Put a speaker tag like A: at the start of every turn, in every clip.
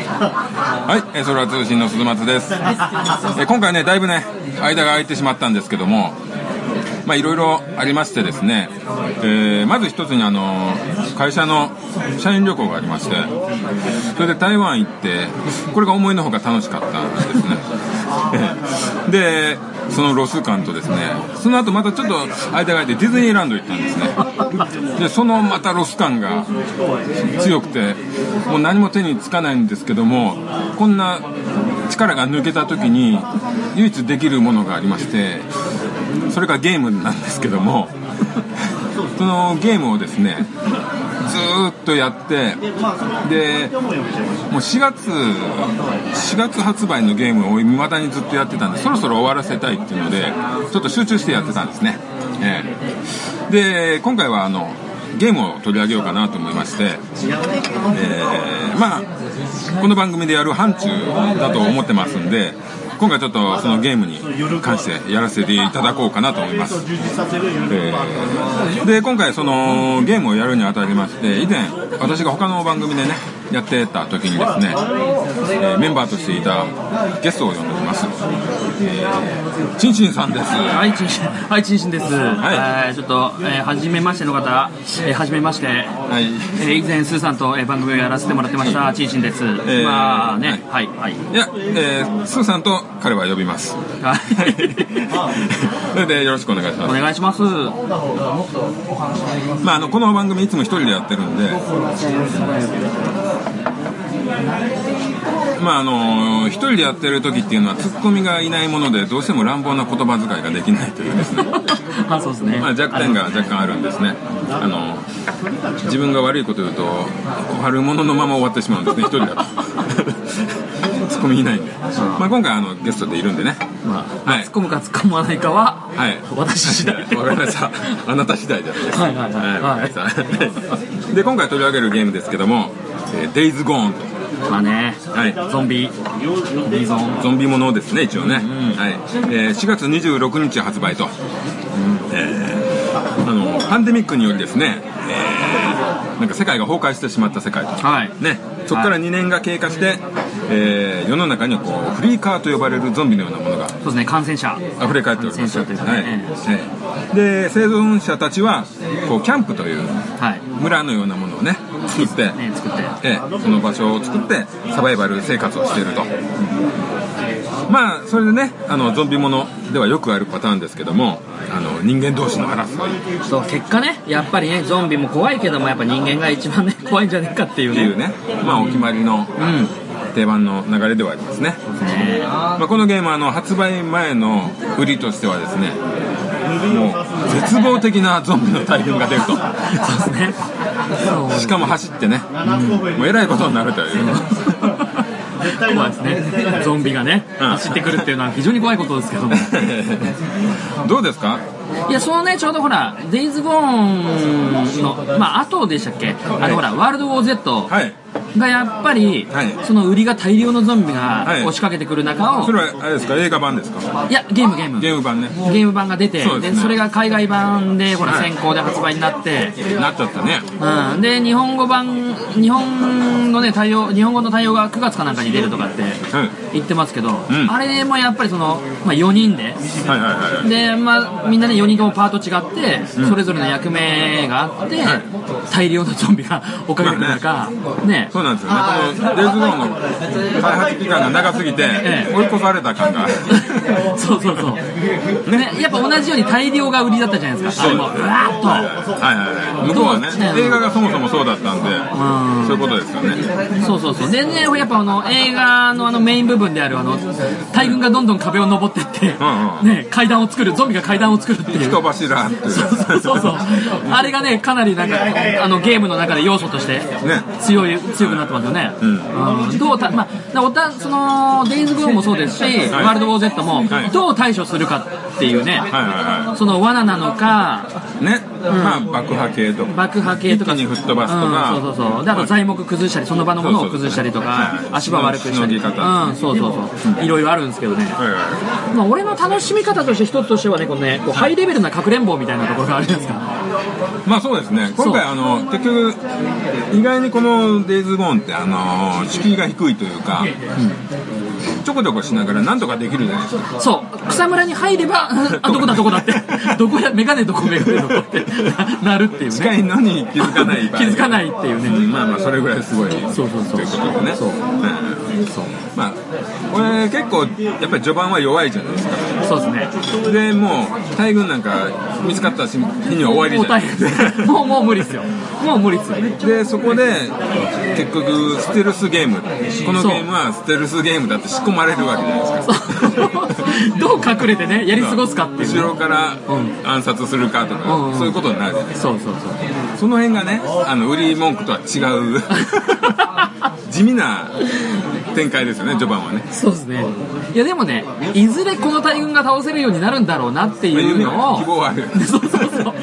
A: はい、えー、それは通信の鈴松です。えー今回ね、だいぶね、間が空いてしまったんですけども、まあ、いろいろありましてですね、えーまず一つにあの、会社の社員旅行がありまして、それで台湾行って、これが思いのほか楽しかったんですね。えー で、そのロス感とですね、その後またちょっと間が空いてディズニーランド行ったんですね。で、そのまたロス感が強くて、もう何も手につかないんですけども、こんな力が抜けた時に唯一できるものがありまして、それがゲームなんですけどもそのゲームをですねずーっとやってでもう4月4月発売のゲームを未だにずっとやってたんでそろそろ終わらせたいっていうのでちょっと集中してやってたんですね、ええで今回はあのゲームを取り上げようかなと思いまして、えーまあこの番組でやる範疇だと思ってますんで今回ちょっとそのゲームに関してやらせていただこうかなと思います、えーで今回そのゲームをやるにあたりまして以前私が他の番組でねやってた時にですね、えーメンバーとしていたゲストを呼んでおります、えー、チンチンさんです
B: はい、ちんしん、はい、ちんしんです。
A: は
B: はい、ちょっと、えー、初めましての方、えー、初めまして。
A: はい
B: えー、以前、スーさんと、えー、番組をやらせてもらってました、ちんしんです。
A: ー
B: まあね、はい、はい。
A: いや、えー、スーさんと彼は呼びます
B: はい。
A: それでよろしくお願いし
B: お
A: ます
B: 願いします。
A: まあ、あのこの番組いつも一人でやってるんで、まああの一人でやってる時っていうのはツッコミがいないものでどうしても乱暴な言葉遣いができないというですね、
B: あ、そうですね。
A: まあ、弱点が若干あるんですねあの自分が悪いこと言うと悪者のまま終わってしまうんですね一人だと ツッコミいないんで、まあ、今回あのゲストでいるんでね
B: まあ、
A: はい
B: 突っ込むか突っ込まないかは、
A: はい
B: 私次第。
A: わかりましたあなた次第じゃないです
B: はいはいはい
A: わかりましたで今回取り上げるゲームですけども「えー Days Gone と」
B: まあね、
A: はい
B: ゾンビ、ビゾン。
A: ゾンビものですね一応ね、はいえー4月26日発売と、えーあのパンデミックによりですね、えーなんか世界が崩壊してしまった世界と、
B: はい。
A: ね、そこから2年が経過して、えー世の中にはこうフリーカーと呼ばれるゾンビのようなものが
B: そうですね、感染者。
A: 溢れ返っております、
B: 感染者というか
A: は
B: ね
A: いはいで生存者たちはこうキャンプという
B: はい。
A: 村のようなものをね作って、
B: ね、作って。
A: ええ、その場所を作ってサバイバル生活をしていると、まあそれでねあのゾンビものではよくあるパターンですけどもあの人間同士の争いっ
B: そう結果ねやっぱりねゾンビも怖いけどもやっぱ人間が一番ね 怖いんじゃねえかっていう
A: て
B: ね
A: いうね、まあ、お決まりの
B: うん
A: 定番の流れではありますね、
B: ね
A: まあ、このゲームはあの発売前の売りとしてはですねもう絶望的なゾンビの大群が出ると
B: そうですねそう
A: しかも走ってね、もうえらいことになるという
B: 怖いですねゾンビがね
A: うん
B: 走ってくるっていうのは非常に怖いことですけども
A: どうですか
B: いやそのねちょうどほら「デイズ・ゴーンの」まあ後でしたっけあ
A: はい
B: のほら「ワールド・ウォー・ Z
A: はい」
B: がやっぱり
A: はい
B: その売りが大量のゾンビが
A: はい
B: 押しかけてくる中を
A: それはあれですか映画版ですか
B: いやゲームゲーム
A: ゲーム版ね
B: ゲーム版が出て
A: そうです
B: で
A: ね
B: それが海外版でほら
A: はい
B: 先行で発売になって
A: なっちゃったね
B: うん、で日本語版日本のね対応日本語の対応が9月かなんかに出るとかって
A: はい
B: 言ってますけど、
A: ん
B: あれもやっぱりその、まあ、4人で
A: はいはいはいはい
B: で、まあ、みんなね4人ともパート違って、それぞれの役目があって、
A: はい
B: 大量のゾンビが 追っかけてくる中、ね
A: そうなんですよねこのレーズゴーンの開発期間が長すぎて
B: ええ
A: 追い越された感が
B: そうそうそう、ね、やっぱ同じように大量が売りだったじゃないですかあれもうわーっと、
A: はいはいはい向こうはね
B: どうしたの
A: 映画がそもそもそうだったんで
B: ん
A: そういうことですよね
B: そうそうそう。でね、やっぱあの、映画のあのメイン部分である、あの、大群がどんどん壁を登ってって、
A: んうん
B: ね、階段を作る、ゾンビが階段を作るっていう。
A: 人柱っていう
B: そうそうそう。あれがね、かなりなんか、あの、ゲームの中で要素として、強い、強くなってますよね。
A: ん
B: うんどうた、まあ、おた、その、デイズ・ゴーンもそうですし、ワールド・ウォー・ゼットも
A: はい、
B: どう対処するかっていうね、
A: はいはいは
B: その罠なのか、
A: いねまあ爆破系とか
B: 爆破系とか
A: 一気に吹っ飛ばすとか
B: うん、そうそうそうであと材木崩したりその場のものを崩したり
A: そ
B: と
A: うそう
B: か
A: そうはい
B: 足場悪くしたり
A: しのぎ方
B: うんそうそうそういろいろあるんですけどね、
A: はいはいは
B: まあ、俺の楽しみ方として一つとしてはねこのねこうハイレベルなかくれんぼみたいなところがあるじゃないですか
A: まあそうですね今回あの結局意外にこの「デイズ・ゴーン」ってあの敷居が低いというか、ちょこちょこしながらなんとかできるじゃないですか
B: そう草むらに入 ればあどこだどこだってどこやメガネどこメガネどこってななるっていうね
A: 近いのに気づかない
B: 気づかないっていうね
A: んまあまあそれぐらいすごい
B: そうそうそう
A: ということでね
B: そう
A: うんまあこれ結構やっぱり序盤は弱いじゃないですか
B: そうですね
A: でもう大群なんか見つかった日には終わり
B: もう
A: じゃな
B: 大
A: い
B: 変ですもうもう無理ですよもう無理ですよ
A: でそこで結局ステルスゲームこの
B: そう
A: ゲームはステルスゲームだって仕込まれるわけじゃないですか
B: そうどう隠れてねやり過ごすかっていう
A: 後
B: ね
A: ろから
B: ん
A: 暗殺するかとか、
B: うんうん
A: そういうことになるじゃないです
B: そうそうそう
A: かその辺がねあの売り文句とは違う 地味な展開ですよね序盤はね
B: そうですねいやでもねいずれこの大群が倒せるようになるんだろうなっていうのを
A: 希望はある
B: そうそうそう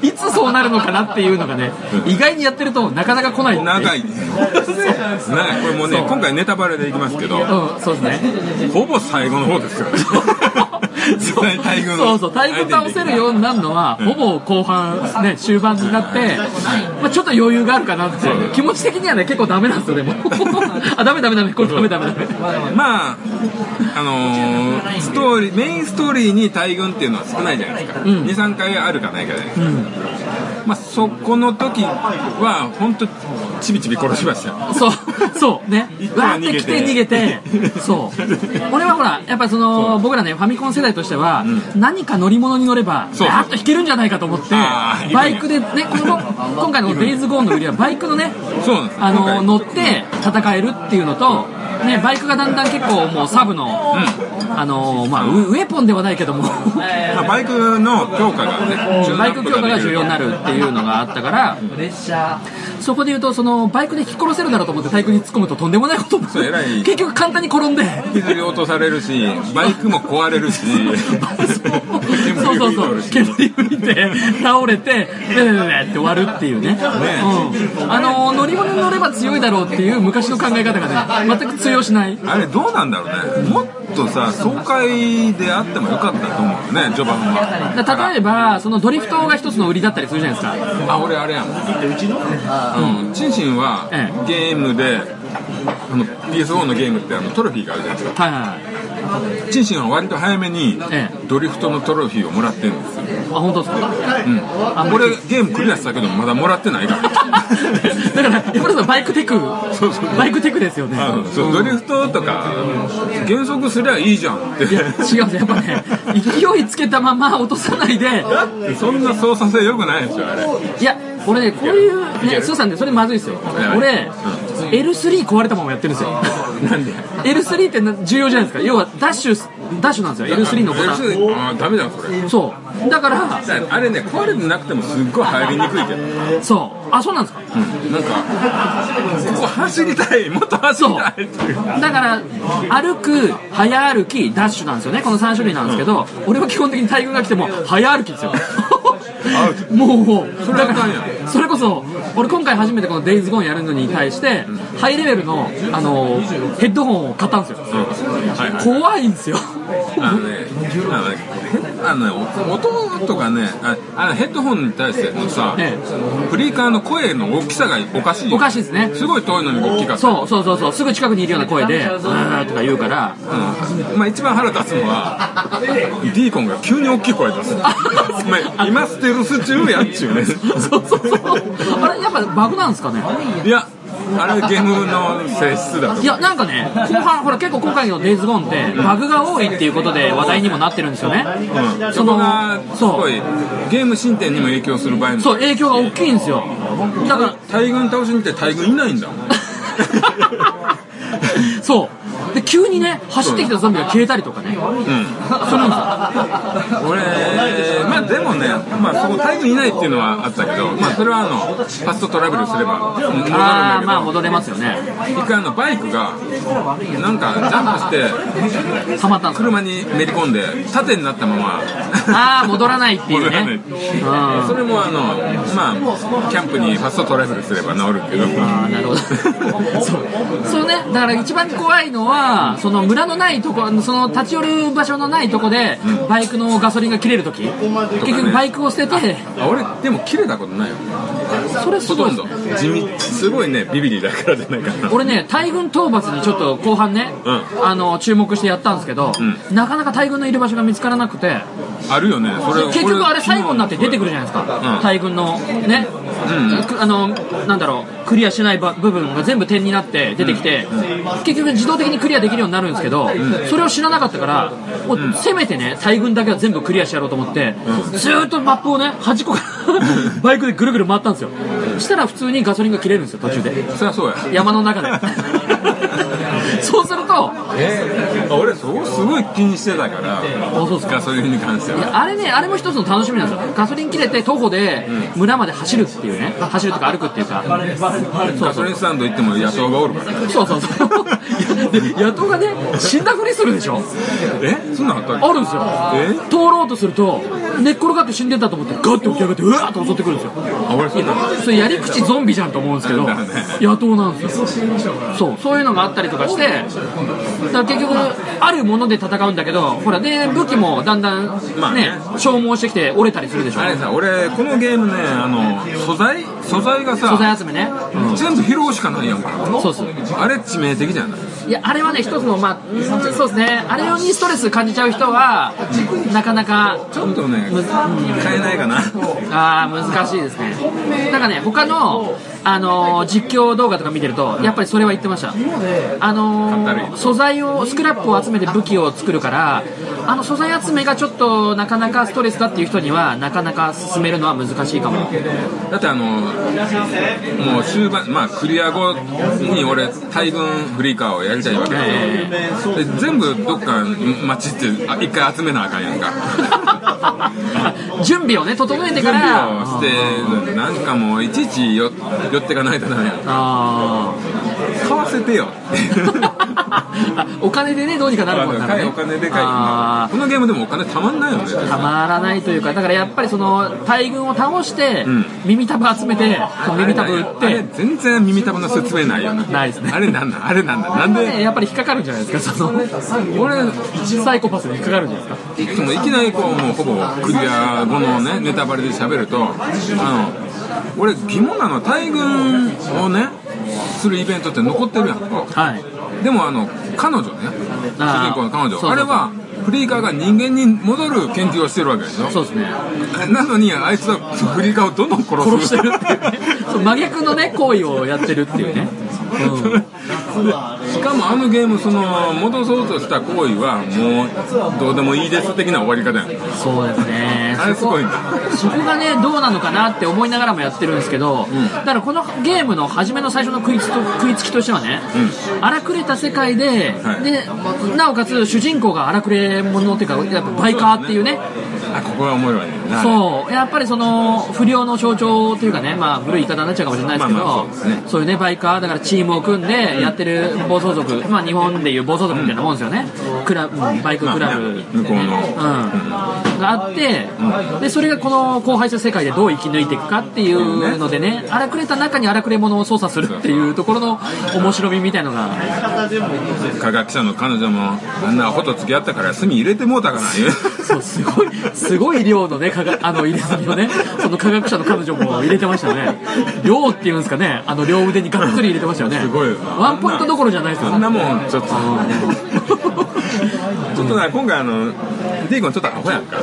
B: でいつそうなるのかなっていうのがね意外にやってるとなかなか来ないっていう
A: 長い長いこれもうね
B: そう
A: 今回ネタバレでいきますけど
B: うんそうですね
A: ほぼ最後の方ですよね実際 大群
B: そうそう大群倒せるようになるのはほぼ後半ね終盤になって、まあ、ちょっと余裕があるかなって気持ち的にはね結構ダメなんですよでも あダメダメダメこれダメダメダメ
A: まああのーストーリーメインストーリーに大群っていうのは少ないじゃないですか、
B: ん
A: 23回あるかないかじゃないですか、まあ、そこの時は本当ちびちび殺しましたよ
B: そう、そう、ね
A: 一。個
B: わ
A: は
B: ーっ
A: 逃げ
B: て来て
A: て
B: 逃げて、そう。俺はほら、やっぱその、僕らね、ファミコン世代としては、何か乗り物に乗れば、
A: そう
B: ガーッと引けるんじゃないかと思って、
A: あーいいね
B: バイクでね、この、今回のデイズゴーンの売りは、バイクのね、
A: そうなんです
B: あ
A: 今
B: の、
A: 回
B: 乗って戦えるっていうのと、ね、バイクがだんだん結構もうサブの、あの、まあ、ウウェポンではないけども、
A: まあバイクの強化がね
B: うんバイク強化が重要にな
A: る
B: るっていうのがあったから、そこで言うとそのバイクで引き殺せるだろうと思って対空に突っ込むととんでもないことになる
A: そう偉い
B: 結局簡単に転んで
A: 削り落とされるしバイクも壊れるし
B: そう
A: 煙
B: そ
A: を
B: うそう
A: るし
B: 煙吹いて倒れてねえねえねえって終わるっていうねうん、あの乗り物に乗れば強いだろうっていう昔の考え方がね全く通用しない
A: あれどうなんだろうねもっとさ爽快であってもよかったと思うよね序盤は
B: だから例えばそのドリフトが一つの売りだったりするじゃないですか
A: あ俺あれやもんうんチンシンは
B: え
A: ゲームであの PS4 のゲームってあのトロフィーがあるじゃないです
B: はいはいはい
A: かチンシンは割と早めに
B: ええ
A: ドリフトのトロフィーをもらってるんですよ、
B: あ本当ですか
A: うん、俺ゲームクリアしたけどまだもらってないから
B: だからやっぱりそのバイクテクバイクテクですよ ね
A: うんそうドリフトとか減速すりゃいいじゃんって
B: いや違うんですやっぱね勢いつけたまま落とさないで
A: だってそんな操作性良くないでしょあれ
B: いや俺ねこういうねスーさんねそれまずいですよ
A: や
B: 俺 L3 壊れたままやってるんですよ
A: なんで
B: L3 ってな重要じゃないですか要はダッシュダッシュなんですよ L3 のボタン
A: L3 あーダメだそれ
B: そうだから
A: あれね壊れてなくてもすっごい入りにくいけど
B: そうあそうなんですか
A: なんかここ走りたいもっと走 りたいっていう
B: だから歩く早歩きダッシュなんですよねこの3種類なんですけど、俺は基本的に大群が来ても早歩きですよもう
A: それ
B: だ
A: は
B: か
A: あかんやん
B: らそれこそ俺今回初めてこの「デイズゴーンやるのに対して、ハイレベルのあのヘッドホンを買ったんですよ、
A: はいはい
B: 怖いんですよ
A: あのね、あのねあのね、音とかね、ああのヘッドホンに対してのさ、
B: え
A: フリーカーの声の大きさがおかしいよ。
B: おかしいですね
A: すごい遠いのに大きかった。
B: そうそうそうそうすぐ近くにいるような声で「うー」とか言うから
A: うんまあ一番腹立つのは、ディーコンが急に大きい声出す。お前、今ステルス中やっちゅうね。
B: そうそうそうあれやっぱバグなんですかね
A: いや、あれゲームの性質だと
B: い。やなんかね後半ほら結構今回の「デイズゴーンってバグが多いっていうことで話題にもなってるんですよね、
A: うん、
B: そ
A: そこが
B: の
A: すご
B: そ
A: いうゲーム進展にも影響する場合も
B: そう影響が大きいんですよだから
A: 大群倒しに行って大群いないんだも ん
B: そうで急にね走ってきたゾンビが消えたりとかねうんそうなんですよ
A: 俺まあでもね、まあ、そこタイムいないっていうのはあったけど、まあ、それはあのファストトラベルすれば戻るんだけど
B: あーまあ戻れますよね
A: 一回あのバイクがなんかジャンプして
B: はまったんですよ
A: 車にめり込んで縦になったまま
B: ああ戻らないっていう
A: 戻らない
B: ねうん
A: それもあのまあキャンプにファストトラベルすれば治るけど
B: あーなるほどそうそうねだから一番怖いのはその村のないとこその立ち寄る場所のないとこでバイクのガソリンが切れるとき、結局バイクを捨てて
A: あ俺でも切れたことないよ
B: それす
A: ほ
B: ご
A: と
B: い
A: んど地味すごいねビビリだからじゃないかな
B: 俺ね大群討伐にちょっと後半ね、
A: うん
B: あの注目してやったんですけど、
A: う
B: なかなか大群のいる場所が見つからなくて
A: あるよねそれ
B: 結局あれ最後になって出てくるじゃないですか、
A: うん
B: 大群のね、くあのなんだろうクリアしてないば部分が全部点になって出てきて、結局自動的にクリアできるようになるんですけど、それを知らなかったから、もうせめてね大群だけは全部クリアしてやろうと思って、ずーっとマップをね端っこからバイクでぐるぐる回ったんですよしたら普通にガソリンが切れるんですよ途中で
A: そりゃそうや
B: 山の 中でそうすると
A: えー、俺そこすごい気にしてたから
B: そうっすか
A: ガソリンに関して
B: い
A: は
B: やあれね、あれも一つの楽しみなんですよ。ガソリン切れて徒歩で村まで走るっていうね。走るとか歩くっていうか。そ
A: ガ
B: うそ
A: ソ
B: う
A: リンスタンド行っても野草がおるから
B: そうそうそう。いやで野党がね、死んだふりするでしょ。
A: えそんなんあったっけ
B: あるんですよ。
A: え
B: 通ろうとすると、寝っ転がって死んでたと思って、ガッて起き上がって、うわーって襲ってくるんですよ。
A: あ俺そんなん
B: それやり口ゾンビじゃんと思うんですけど
A: だよね、
B: 野党なんですよ。そう、そういうのがあったりとかして、だから結局、あるもので戦うんだけど、ほら、で、武器もだんだん
A: まあね
B: ね、消耗してきて折れたりするでしょ
A: あ。れさ俺このゲームねあの素材素材がさ
B: 素材集めね。
A: 全部拾うしかないやんか
B: そうっす。
A: あれ致命的じゃない
B: いや、あれはね、一つの、まあ、うんそうですね、あれにストレス感じちゃう人は、なかなか、
A: ちょっとね買えないかな
B: あー難しいですね。なんかね、他の、あのー実況動画とか見てると、やっぱりそれは言ってました。あの
A: 簡単
B: ー
A: に
B: 素材を、スクラップを集めて武器を作るから、あの素材集めがちょっとなかなかストレスだっていう人には、なかなか進めるのは難しい かも。
A: だってあのもう終盤まあクリア後に俺大群フリーカーをやりたいわけだけどで全部どっか街ってあ一回集めなあかんやんか
B: 準備をね、整えて
A: 準
B: から、
A: 備をしてなんかもういちいちよ寄ってかないとダメやん
B: あー
A: 買わせてよ
B: あ お金でね、どうにかなるもんならね。
A: お金でかい
B: あー
A: このゲームでもお金たまんないよね
B: たまらないというか、だからやっぱりその大群を倒して
A: ん、
B: 耳たぶ集めて、耳たぶ売っ
A: あれ
B: て、
A: 全然耳たぶの説明ないよね
B: ないですね
A: あれなんなんあれなんなんな
B: あ
A: ん
B: れはね、
A: で
B: やっぱり引っかかるんじゃないですか、その、俺、サイコパスに引っかかるんじゃないですか。
A: いつもいきなりこうもうほぼクリア後のねネタバレで喋るとあの俺疑問なのは大群をねするイベントって残ってるやんか
B: はい。
A: でもあの彼女ね主
B: あー
A: 人公の彼
B: そうそう
A: 女
B: そう
A: あれはフリーカーが人間に戻る研究をしてるわけでしょ
B: そうですね。
A: なのにあいつはフリーカーをどんどん殺す
B: 殺してるっていうね。そう真逆のね、行為をやってるってい うね。
A: しかもあのゲームその戻そうとした行為はもうどうでもいいです的な終わり方やん
B: うん、そうですね。
A: あれすごいね
B: そこがね、どうなのかなって思いながらもやってるんですけど、だからこのゲームの初めの最初の食いつと食いつきとしてはね、荒くれた世界で、
A: はい
B: で、なおかつ主人公が荒くれ者っていうか、やっぱバイカーっていうね、
A: あここがおもろいねんな
B: そう、やっぱりその不良の象徴というかね、まあ古い言い方になっちゃうかもしれないですけど、
A: まあまあそうですね
B: そういうね、バイカー、だからチームを組んでやってる暴走族、まあ日本でいう暴走族みたいなもんですよね。クラブ、バイクク
A: ま
B: ラブ、
A: あね向こうの
B: うん。があって、で、それがこの荒廃した世界でどう生き抜いていくかっていうのでね、荒くれた中に荒くれ者を操作するっていうところの面白みみたいのが、
A: 科学者の彼女もあんなアホと付き合ったから炭入れてもうたかな 言う
B: そう、すごい、すごい量のね、科学、あ の、入れ墨をね、その科学者の彼女も入れてましたね。量っていうんですかね、あの、両腕にがっつり入れてましたよね。
A: すごいよな
B: ワンポイントどころじゃないです
A: あ
B: よ
A: ん
B: ね。
A: なも んちょっとちょっとな今回あのディーゴンちょっとアホやんか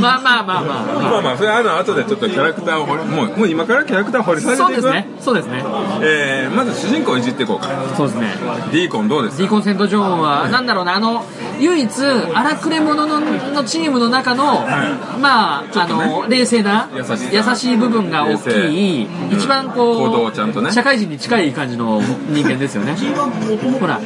B: まあまあまあま
A: まあまあそれはあの後でちょっとキャラクターを掘りもうもう今からキャラクター掘り下
B: あ。
A: げ
B: そう
A: てい
B: で
A: く
B: す
A: わ、
B: ね。そうですね。
A: えー、まず主人公をいじっていこうか
B: そうですね。
A: ディーコンどうです
B: ディーコンセント・ジョーンは、なんだろうな、あの、唯一、荒くれ者ののチームの中の、まあ、あの、冷静な、
A: 優し
B: 優
A: さ
B: しい部分が大きい、一番こう、
A: 行動をちゃんとね
B: 社会人に近い感じの人間ですよね。ほら、ね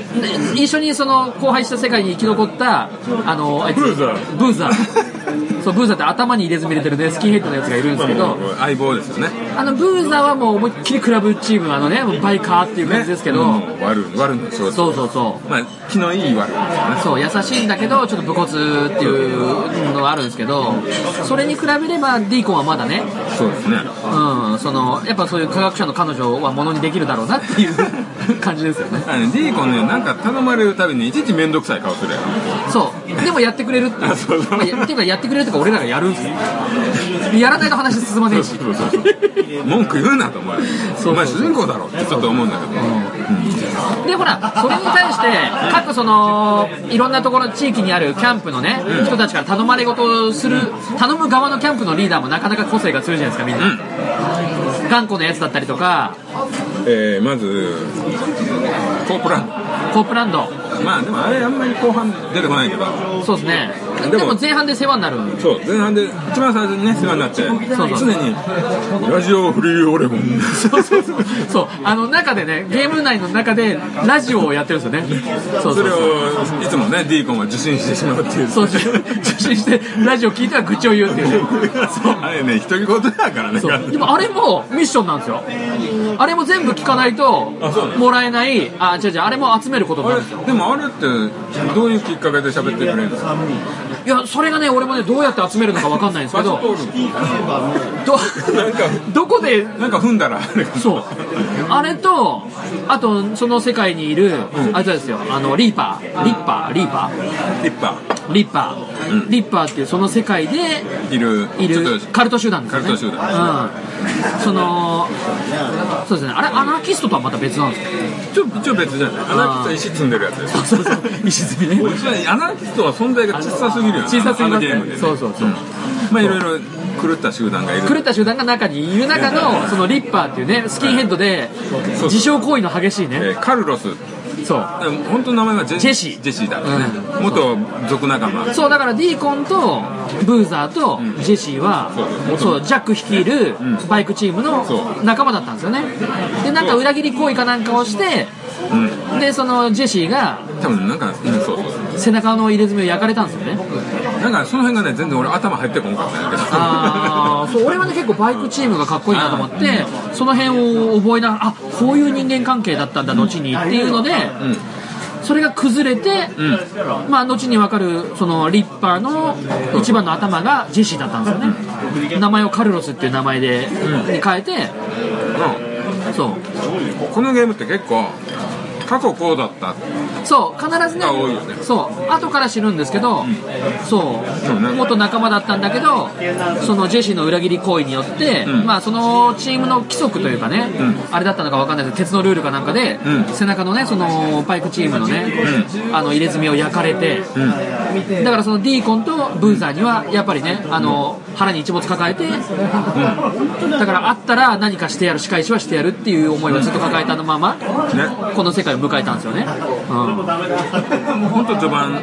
B: 一緒にその、荒廃した世界に生き残った、あの、あいつ、
A: ブーザー
B: ブーザー。 そうブーザって頭に入れ墨入れてるねスキンヘッドのやつがいるんですけど、
A: 相棒ですよね
B: あのブーザはもう思いっきりクラブチームのあのねもうバイカーっていう感じですけど、
A: ねうん悪悪の仕事
B: そうそうそ
A: まあ気のいい悪ですよ
B: う
A: ね
B: そう優しいんだけどちょっと武骨っていうのがあるんですけどそれに比べればディーコンはまだね
A: そうですね
B: うんそのやっぱそういう科学者の彼女はものにできるだろうなっていう 感じですよね
A: あのねディーコンねなんか頼まれるたびにいちいち面倒くさい顔するやん
B: そうでもやってくれるってい
A: あそう
B: う
A: そう
B: まあやっていうかやってくれるとか俺らがやるんですよやらないと話進まねえし
A: そう そうそう文句言うなと思われる
B: う
A: お前主人公だろってちょっと思うんだけど
B: でほらそれに対して各そのいろんなところ地域にあるキャンプのね、人たちから頼まれ事をする頼む側のキャンプのリーダーもなかなか個性が強いじゃないですかみんな、頑固なやつだったりとか
A: えーまずコープランド
B: コープランド
A: まあでもあれあんまり後半出てこないけど
B: そうですね
A: で
B: で
A: も
B: も前半で世話になる
A: そう前半で一番最初にね世話になって
B: そうそう
A: 常に「ラジオフリーオレゴン」
B: そうそうそうそうあの中でねゲーム内の中でラジオをやってるんですよねそ
A: そ
B: うそう
A: れ
B: そう
A: をいつもねディーコンは受信してしまうっていう
B: そう受信してラジオ聞いたら愚痴を言うっていうねそう
A: あれね独り言だからね
B: そうでもあれもミッションなんですよあれも全部聞かないと
A: あそうなの
B: もらえないあ違う違うあれも集めることに
A: あ
B: な
A: れ
B: るんですよ
A: でもあれってどういうきっかけで喋ってくれるのあ
B: いやそれがね俺もねどうやって集めるのか分かんないんですけ
A: そ
B: ど
A: こ通るなんか
B: ど どこで
A: なんか踏んだらあれ
B: そうあれとあとその世界にいるあれですよあのリーパーリッパーリーパ
A: リッパ
B: ーリッパーリッパーっていうその世界で
A: ーいる
B: い
A: ちょ
B: る
A: っと
B: カルト集団ですよね
A: カルト集
B: 団うんそのそうですねあれアナーキストとはまた別なんですよ
A: ちょ一応別じゃないアナーキストは石積んでるやつです
B: そ うそう石積みね
A: アナーキストは存在が小さすぎるよね
B: 小さすぎ
A: あの
B: ます
A: ゲ
B: ね
A: ームでね
B: そうそうそうん
A: まあいろいろ狂った集団がいる
B: 狂った集団が中にいる中のそのリッパーっていうねスキンヘッドで
A: そう
B: 自傷行為の激しいね
A: えーカルロス
B: そう
A: 本当の名前はジェ
B: ジェシー
A: ジェシーだからね元族仲間
B: そうだからディーコンとブーザーとジェシーは
A: そう
B: そうジャック率いるバイクチームの
A: そう
B: 仲間だったんですよねでなんか裏切り行為かなんかをして
A: うん
B: でそのジェシーが
A: 多分なんか、うん、そうそう
B: 背中の入れ墨を焼かれたんですよね
A: なんかその辺がね全然俺頭入ってこんかったんだけど
B: あーそう俺はね結構バイクチームがかっこいいなと思ってその辺を覚えながらあこういう人間関係だったんだ後にっていうので、それが崩れて、まあ後に分かるそのリッパーの一番の頭がジェシーだったんですよね名前をカルロスっていう名前で、に変えてそう
A: うんこのゲームって結構過去こうだった
B: そう必ずね
A: が多いよね
B: そう後から知るんですけど、そう、
A: ね
B: 元仲間だったんだけどそのジェシーの裏切り行為によって、
A: ん
B: まあそのチームの規則というかね、あれだったのかわかんないですけど鉄のルールかなんかで、
A: うん
B: 背中のねそのバイクチームのね、あの入れ墨を焼かれて、だからそのディーコンとブーザーにはやっぱりねあの腹に一物抱えて、だからあったら何かしてやる仕返しはしてやるっていう思いをずっと抱えたのまま、
A: ね
B: この世界を迎えたんですよね、うん
A: 本当序盤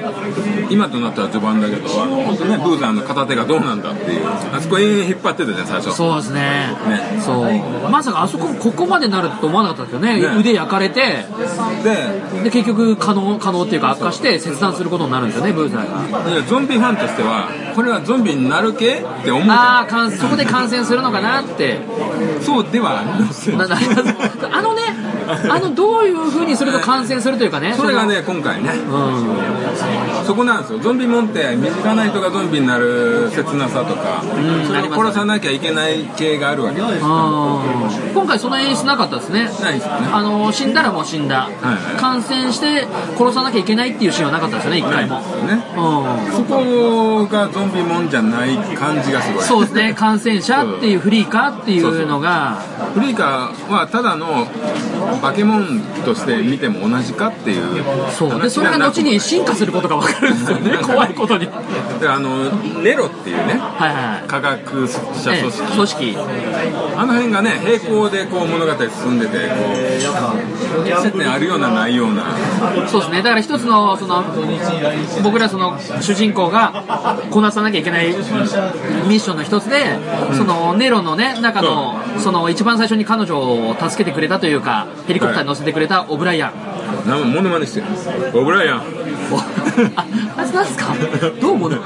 A: 今となったら序盤だけど本当ねブーザーの片手がどうなんだっていうあそこ永遠引っ張ってたじゃん最初
B: そうですね
A: ね
B: そうまさかあそこここまでなると思わなかったですよね
A: ね
B: 腕焼かれて
A: で
B: で結局可能可能っていうか悪化して切断することになるんですよねブーザーが
A: でゾンビファンとしてはこれはゾンビになる系って思うじゃ
B: ああかんそこで感染するのかなって
A: んそうではありません
B: ななりますあのねあのどういうふうにすると感染するというかね
A: それがね今回ね
B: そのうん
A: そこなんですよゾンビもんって身近な人がゾンビになる切なさとか
B: ん
A: それ
B: あ
A: を
B: りますね
A: 殺さなきゃいけない系があるわけです
B: あー今回その演出なかったですね
A: ないですよね
B: あの死んだらもう死んだ、
A: はい
B: 感染して殺さなきゃいけないっていうシーンはなかったですよね一回も、
A: ね
B: うん
A: そこがゾンビもんじゃない感じがすごい
B: そうですね、感染者っていうフリーかっていうのが、
A: フリーカーはただの化け物として見ても同じかっていう
B: そうでそれが後に進化することが分かるんですよね、怖いことに。はい
A: であのネロっていうね
B: はいはい
A: 科学者
B: ええ
A: 組織
B: 組織
A: あの辺がね平行でこう物語進んでてこう接点あるようなないような
B: そうですねだから一つのその僕らその主人公がこなさなきゃいけないミッションの一つで、そのネロのね中のその一番最初に彼女を助けてくれたというかヘリコプターに乗せてくれたオブライアン、
A: なモノマネして るオブライアン
B: ああいつなんですかどうものよ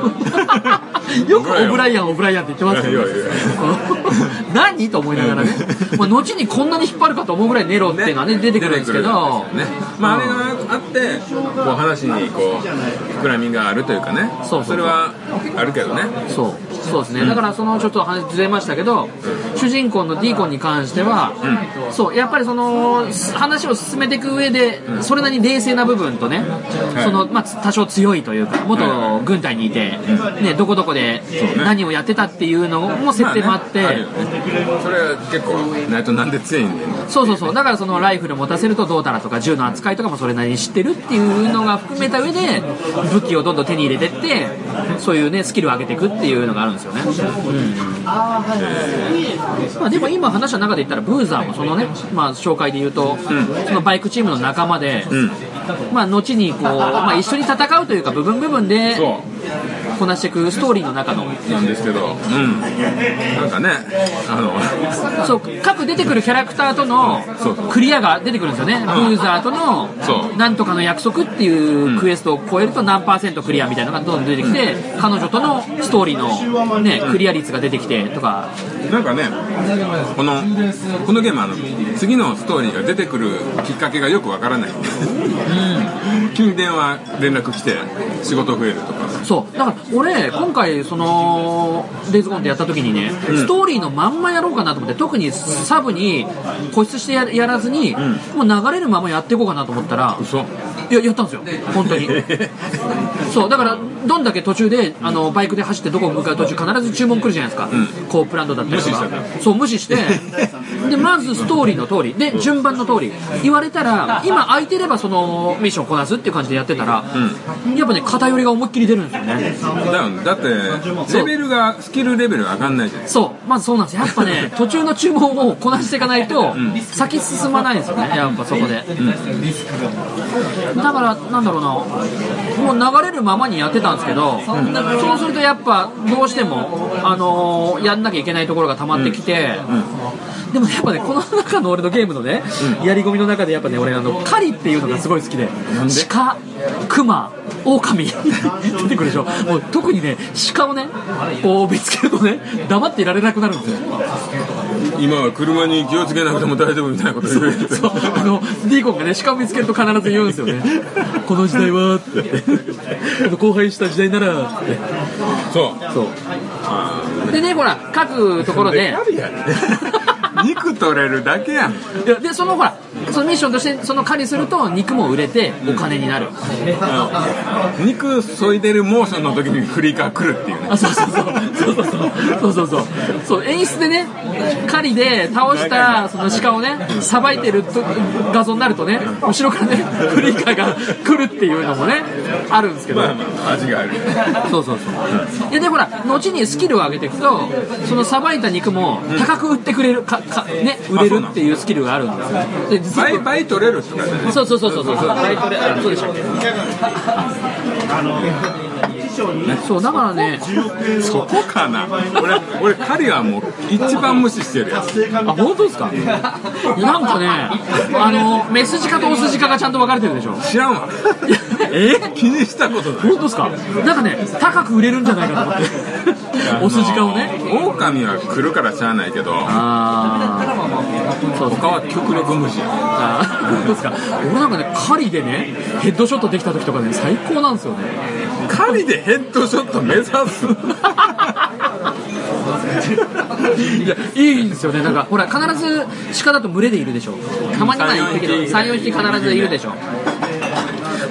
B: くオブライアン、オブライアンって言ってますよ、ね。 何と思いながらね。まあ、後にこんなに引っ張るかと思うぐらいネロっていうのはね、出てくるんですけど。
A: ね。まあ、あれがあって、こう話にこう、膨らみがあるというかね。
B: そうそうそう
A: れはあるけどね。
B: そうそうですね、だからそのちょっと話ずれましたけど、主人公のディーコンに関しては、そうやっぱりそのす話を進めていく上で、それなりに冷静な部分とね、
A: い
B: そのまあ、つ多少強いというか元
A: はい
B: 軍隊にいて、ね、どこどこで
A: ね
B: 何をやってたっていうのも設定もあって、
A: まあねるよねそれは結構、ナイトなんで強いんで、ね。
B: そうそうそうだからそのライフル持たせるとどうたらとか銃の扱いとかもそれなりに知ってるっていうのが含めた上で武器をどんどん手に入れてってそういうねスキルを上げていくっていうのがあるんですよね、うんまあ、でも今話の中で言ったらブーザーもそのね、まあ、紹介で言うと、そのバイクチームの仲間で、
A: ん
B: まあ、後にこう、まあ、一緒に戦うというか部分部分で
A: そ
B: こなしていくストーリーの中の
A: う。なんですけど、うん。なんかね、あの、
B: そう各出てくるキャラクターとの
A: そうそう
B: クリアが出てくるんですよね、ブーザーとの
A: そう
B: なんとかの約束っていうクエストを超えると何パーセントクリアみたいなのがどんどん出てきて、彼女とのストーリーの、ね、クリア率が出てきてとか、
A: なんかね、この、このゲームはあの、次のストーリーが出てくるきっかけがよくわからない。急に電話、連絡来て、仕事増えるとか。
B: そうだから俺、今回、そのデイズ・ゴーンってやった時にね、ストーリーのまんまやろうかなと思って、特にサブに固執してややらずに、もう流れるままやっていこうかなと思ったら、
A: 嘘
B: いややったんですよ、本 当に。そうだからどんだけ途中であのバイクで走ってどこ向かう途中必ず注文来るじゃないですか、コープランドだったりと
A: 無視し
B: か
A: てた
B: そう無視してでまずストーリーの通りで順番の通り言われたら今空いてればそのミッションこなすっていう感じでやってたら、やっぱね偏りが思いっきり出るんですよね
A: だよねだって、レベルが、スキルレベルが上がんないじゃない
B: そうまずそうなんですよやっぱ ね途中の注文をこなしていかないと先進まないんですよねやっぱそこで、だからなんだろうなもう流れるままにやってたんですけど、そうするとやっぱどうしても、あのーやんなきゃいけないところが溜まってきて、でもねやっぱねこの中の俺のゲームのね、やり込みの中でやっぱね俺あの狩りっていうのがすごい好きで鹿熊狼 出てくるでしょもう特にね鹿をねこう見つけるとね黙っていられなくなるんですよ
A: 今は車に気をつけなくても大丈夫みたいなこと言う
B: そうあのディーコンがね鹿を見つけると必ず言うんですよねこの時代はってこの荒廃した時代ならって
A: そう
B: そうでねほら各ところで
A: リやね 肉取れるだけやん
B: いやでそのほらそのミッションとしてその狩りすると肉も売れてお金になる、
A: 肉削いでるモーションの時にフリーカー来るっていうね
B: あそうそうそうそうそうそうそうそうそう演出でね狩りで倒したその鹿をねさばいてると画像になるとね後ろからねフリーカーが来るっていうのもねあるんですけど、
A: まあまあ味がある
B: そうそうそう。いやでほら、後にスキルを上げていくと、そのさばいた肉も高く売ってくれる、かかね、売れるっていうスキルがあるんですよ。で実
A: 倍倍取れるとかね
B: そうそうそうそうそう。タイトルあそうでしたっけ。そうだからね、
A: そこかな俺俺カリはもう一番無視してるやつ
B: あ本当ですか。なんかね、あのメス鹿とオス鹿がちゃんと分かれてるでしょ。
A: 知らんわ
B: え？
A: 気にしたことない
B: 本当ですか。なんかね、高く売れるんじゃないかと思って。オス鹿をね。
A: オオカミは来るからしゃあないけど
B: ああ、そう
A: 他は極力無視や
B: あー本当ですか俺なんかね狩りでねヘッドショットできた時とかね最高なんですよね
A: カリでヘッドショット目指す
B: いやいいんですよねなんかほら必ず鹿だと群れでいるでしょたまには行くけど34匹必ずいるでしょ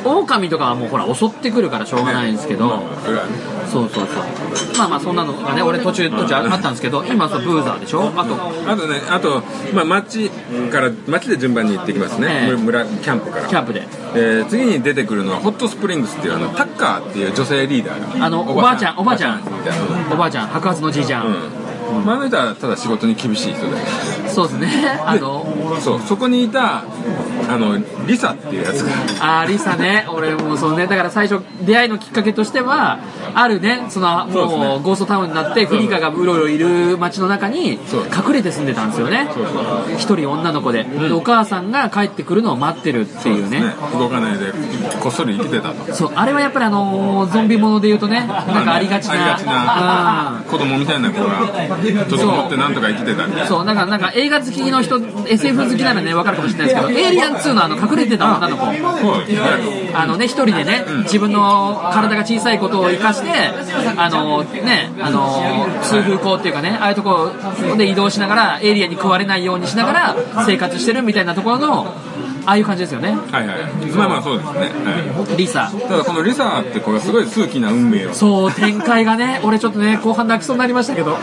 B: 狼とかはもうほら襲ってくるからしょうがないんですけど
A: それはね
B: そうそうそうまあまあそんなのがね俺途中途中あったんですけど今そうブーザーでしょあと
A: あとね、あと、まあ、町から、町で順番に行ってきますね。
B: ええ
A: 村、キャンプから。
B: キャンプで
A: えー次に出てくるのは、ホットスプリングスっていう、あの、タッカーっていう女性リーダーが。
B: あのおばあちゃんおばあちゃん
A: みたいな。
B: おばあちゃん白髪のじいちゃん、
A: うん。まあ、あの人はただ仕事に厳しい人で。
B: そうですねあの
A: そう、そこにいた、あのリサっていうやつが
B: あーリサね、俺もうそうね、だから最初、出会いのきっかけとしては、あるね、その
A: そうです
B: も
A: ね
B: うゴーストタウンになって、フニカがうろうろいる街の中に
A: そう
B: 隠れて住んでたんですよね
A: そうそう、
B: 一人女の子で、でお母さんが帰ってくるのを待ってるっていうね。
A: 動かないでこっそり生きてたと
B: そうあれはやっぱりあのーゾンビもので言うとね、なんかありがちな、
A: ありがちな
B: うん
A: 子供みたいな子がちょっと持ってなんとか生きてたみたいな
B: そうなんかなんか映画好きの人、SF 好きならね、分かるかもしれないですけど、エイリアン2のあの隠れてた女の子、
A: そうですね
B: あのね、一人でね、自分の体が小さいことを生かして、あのね、あの、通風口っていうかね、ああいうとこで移動しながら、エイリアンに食われないようにしながら生活してるみたいなところの、ああいう感じですよね。
A: はいはいまあまあそうですね、は
B: リサ。
A: い、ただこのリサって子がすごい数奇な運命を
B: そう、展開がね、俺ちょっとね、後半泣きそうになりましたけど、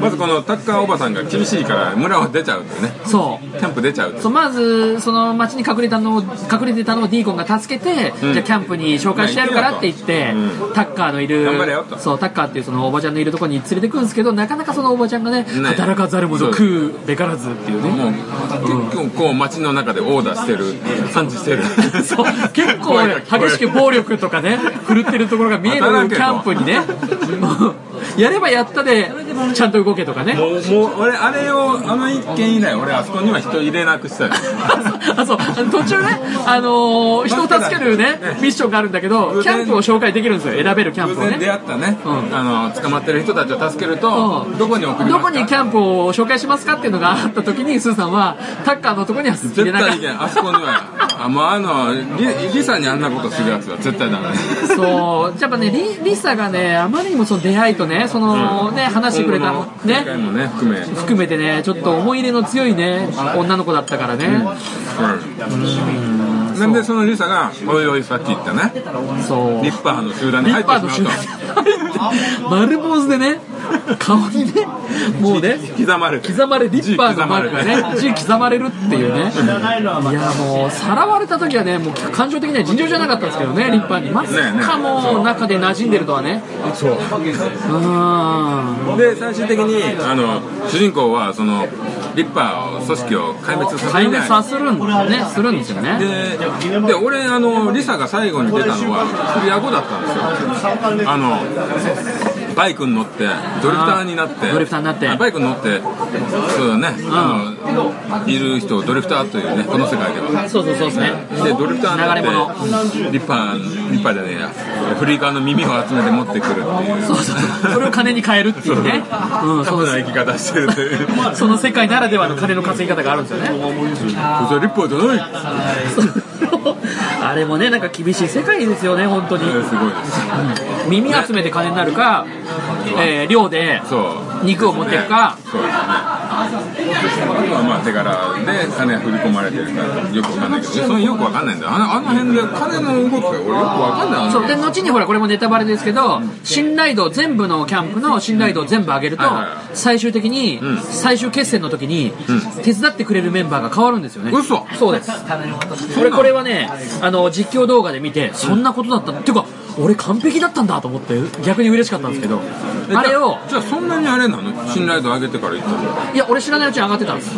A: まずこのタッカーおばさんが厳しいから村を出ちゃうっていうね
B: そう。
A: キャンプ出ちゃうって
B: そうまずその町に隠れたのを隠れてたのをディーコンが助けて、
A: ん
B: じゃあキャンプに紹介してやるからって言って、
A: う
B: タッカーのいる
A: 頑張れよと
B: そうタッカーっていうそのおばちゃんのいるところに連れてくるんですけどなかなかそのおばちゃんがね
A: ね
B: 働かざる者食うべからずっていうね
A: もう結構こう街の中でオーダーしてる産地してる
B: そう結 構ね激しく暴力とかね振るってるところが見えるキ
A: 働けと
B: ャンプにねもうやればやったでちゃんと動けとかね
A: もうもう俺あれをあの一件以来俺あそこには人入れなくしたい
B: あそう途中ね、あのー人を助けるねミッションがあるんだけど
A: 偶然
B: キャンプを紹介できるんですよ選べるキャン
A: 偶
B: プを
A: 然出
B: ね
A: 会ったね、
B: うん
A: あの捕まってる人たちを助けると、
B: うん
A: どこに送り
B: ど
A: ます
B: こ
A: か
B: にキャンプを紹介しますかっていうのがあった時にスーさんはタッカーのとこには入れ
A: 絶
B: なか
A: 対
B: っ
A: いけないあそこにはあもうあのリリサにあんなことするやつは絶対 ダメ
B: たそうやっぱねリリサがねあまりにもその出会いとねそのね話してくれた
A: 今後の展開
B: ね
A: もね含め、うん
B: 含めてねちょっと思い入れの強いね女の子だったからね、
A: なんでそのリサがおいおいさっき言ったね
B: そう
A: リッパーの集団に
B: リ
A: 入
B: ッ
A: って
B: パ
A: し
B: ー
A: ま
B: の
A: う
B: 集
A: と
B: 団丸坊主でね顔にねもうね
A: 刻まれて
B: 刻まれリッパーのマークが
A: 字刻まれて
B: ね字刻まれるっていうねいやもうさらわれた時はねもう感情的には尋常じゃなかったんですけどねリッパーにま
A: ね
B: さ
A: えねえ
B: かもう中で馴染んでるとはね
A: そう
B: うーん
A: で最終的にあの主人公はそのリッパーを組織を壊滅させ
B: 解明
A: ない
B: させるんですよねするんですよね
A: でで俺あのリサが最後に出たのはクリア後だったんですよあのバイクに乗ってドリフターになって
B: あードリフターになって
A: あバイクに乗ってそうだね、あのいる人をドリフターというねこの世界では
B: そうそうそうですね
A: でドリフターになって
B: 流れ
A: リッパーリッパーじゃねえやフリーカーの耳を集めて持ってくるっていう
B: そうそうそうそれを金に変えるっていうねうん
A: タ
B: そ
A: フ
B: う
A: な生き方してるという
B: その世界ならではの金の稼ぎ方があるんですよね
A: それリッパーじゃない
B: あれもねなんか厳しい世界ですよね本当に
A: すごいです
B: 耳集めて金になるか、えー寮で
A: そう
B: 肉を持っていくか
A: そうですねまあまあ手柄で金振り込まれてるからよくわかんないけどそれよくわかんないんだよあのあの辺で金の動きが俺よくわかんないあの
B: そうで後にほらこれもネタバレですけど信頼度全部のキャンプの信頼度全部上げると
A: はいはいはい
B: 最終的に
A: ん
B: 最終決戦の時に手伝ってくれるメンバーが変わるんですよね
A: 嘘
B: そうですこれこれはねあの実況動画で見てそんなことだったっていうか俺完璧だったんだと思って逆に嬉しかったんですけど
A: え
B: あれを
A: じゃあじゃあそんなにあれなの信頼度上げてから言ったの
B: いや俺知らないうちに上がってたんです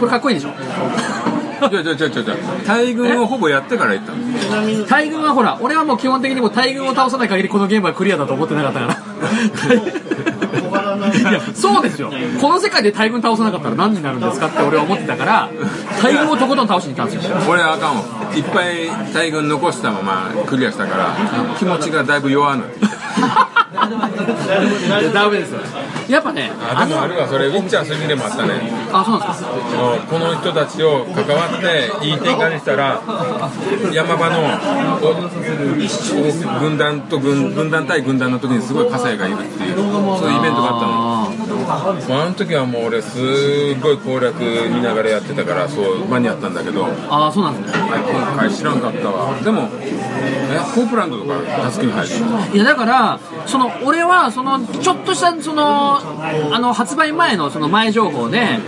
B: これかっこいいでしょ
A: じゃあじゃあじゃあじゃあじゃあ大軍をほぼやってから言ったの
B: 大軍はほら俺はもう基本的にもう大軍を倒さない限りこのゲームはクリアだと思ってなかったから大軍いやそうですよこの世界で大軍倒さなかったら何になるんですかって俺は思ってたから大軍をとことん倒しに行ったんですよ
A: 俺はあかんわいっぱい大軍残したままクリアしたから気持ちがだいぶ弱なってきた
B: ダメですよやっぱね
A: あでもあるわそれウィッチャー3でもあったね
B: あそうなんですか
A: この人たちを関わっていい展開にしたら山場のおお軍団と軍軍団対軍団の時にすごい葛西がいるっていうそういうイベントがあ
B: あ
A: ったのあの時はもう俺すごい攻略見ながらやってたからそう間に合ったんだけど
B: ーあーそうなんですね
A: 今回知らんかったわでもえコープランドとか助けに入る
B: いやだからその俺はそのちょっとしたそのあの発売前のその前情報で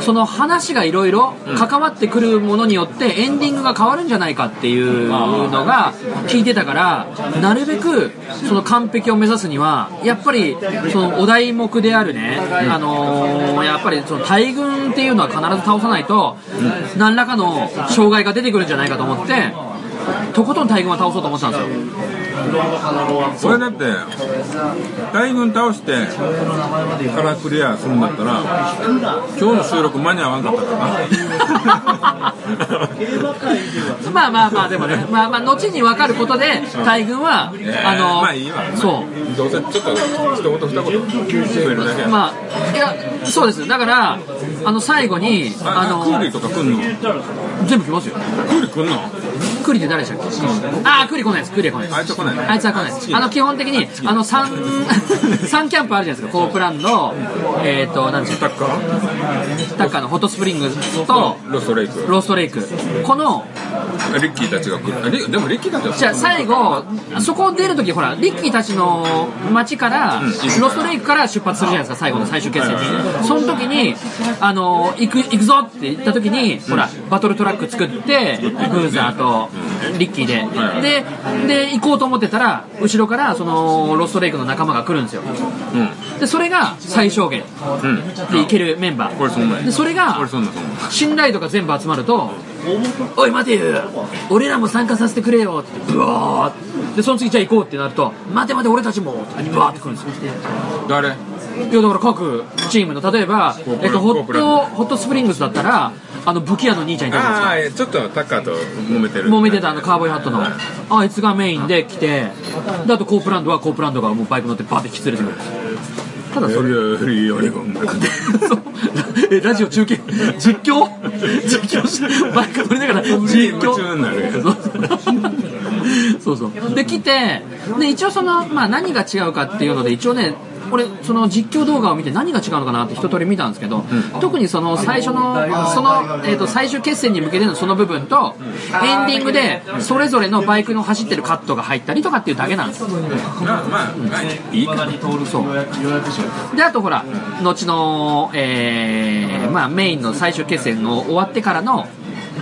B: その話がいろいろ関わってくるものによってエンディングが変わるんじゃないかっていうのが聞いてたからなるべくその完璧を目指すにはやっぱりそのお題目であるね、あのーやっぱりその大群っていうのは必ず倒さないと何らかの障害が出てくるんじゃないかと思ってとことん大群は倒そうと思ってたんですよ
A: それだって大群倒してからクリアするんだったら今日の収録間に合わんかった からな
B: まあまあまあでもね、まあまあ後に分かることで大群 は、あの、
A: えーまあいいわ
B: そ
A: どうせちょっと一言二言増えるだけや
B: う、まあいやそうですだからあの最後にあ
A: あクーリ
B: の
A: とか来んのク
B: 全部来ますよ。
A: ーリ来んの
B: クリって誰でしたっけ？ああクリ来ないです。クリは来ないです。
A: あいつは来ない
B: あいつは来ないです。あの基本的にあの三 三キャンプあるじゃないですか。コープランのえっ、となんでし
A: タ
B: た
A: ッ
B: っ
A: カー
B: け？タッカーのホットスプリングと
A: ロストレイク
B: ローストレイクこの
A: リッキーたちが来るあリでもリッキーたちは
B: じゃあ最後そこを出るときほらリッキーたちの町から
A: ん
B: ロストレイクから出発するじゃないですか最後の最終決戦にその時にあの行く行くぞって言った時にほらバトルトラック作ってブーザーとリッキーで
A: はい
B: でで行こうと思ってたら後ろからそのロストレイクの仲間が来るんですよ
A: うん
B: でそれが最小限
A: うん
B: でいけるメンバー
A: これそんなんや
B: でそれが
A: これそんなんそんなん
B: 信頼度が全部集まると「おい待てよ俺らも参加させてくれよ」って言ってブワーってでその次じゃあ行こうってなると「待て待て俺たちも」ってブワーってくるんですよ
A: 誰
B: いやだから各チームの例えば、
A: コープラ
B: えっと、ホ
A: コー
B: ッ
A: プラ
B: トホットスプリングスだったらあの武器屋の兄ちゃんいたじゃないですか
A: ああちょっとタッカーと揉めてる
B: 揉めてたあのカーボーイハットのあいつがメインで来てであとコープランドはコープランドがもうバイク乗ってバーって引き連れてくるんですよただそれ
A: よりよりよりこんなこと
B: そうえラジオ中継実況実況しバイク乗りながら実
A: 夢中
B: 況
A: になるやん
B: そうそうそうで来てで一応その、まあ、何が違うかっていうので一応ね俺その実況動画を見て何が違うのかなって一通り見たんですけど、特にその最初のその、えー、と最終決戦に向けてのその部分と、エンディングでそれぞれのバイクの走ってるカットが入ったりとかっていうだけなんですよ
A: まあまあまあいいか
B: であとほら後の、えーまあ、メインの最終決戦の終わってからの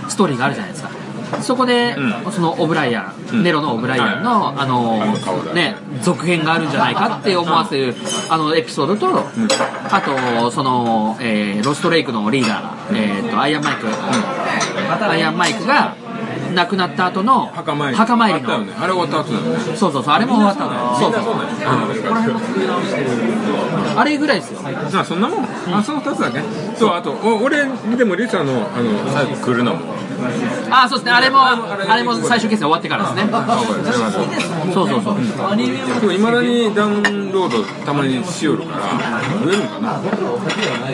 B: ストーリーがあるじゃないですかそこで、
A: うん
B: そのオブライアン、
A: ん
B: ネロのオブライアンの、あの
A: あの顔だ
B: ね、続編があるんじゃないかって思わせるあのエピソードと、あとその、えーロストレイクのリーダー、えーとアイアンマイク、アイアンマイクが亡くなった後の
A: 墓参り
B: 墓参
A: あ
B: り
A: ったよ
B: の
A: ねあれ終わった後だよね
B: そうそうそうあれも終わったのそうそうあれぐらいですよ
A: まあそんなもんあその2つだけそうあとお俺でもリサのあの最後来るのも
B: あそうですねあれもあれも最終決戦終わってからですねそうそうそう
A: でもいまだにダウンロードたまにしよるから増えるんかな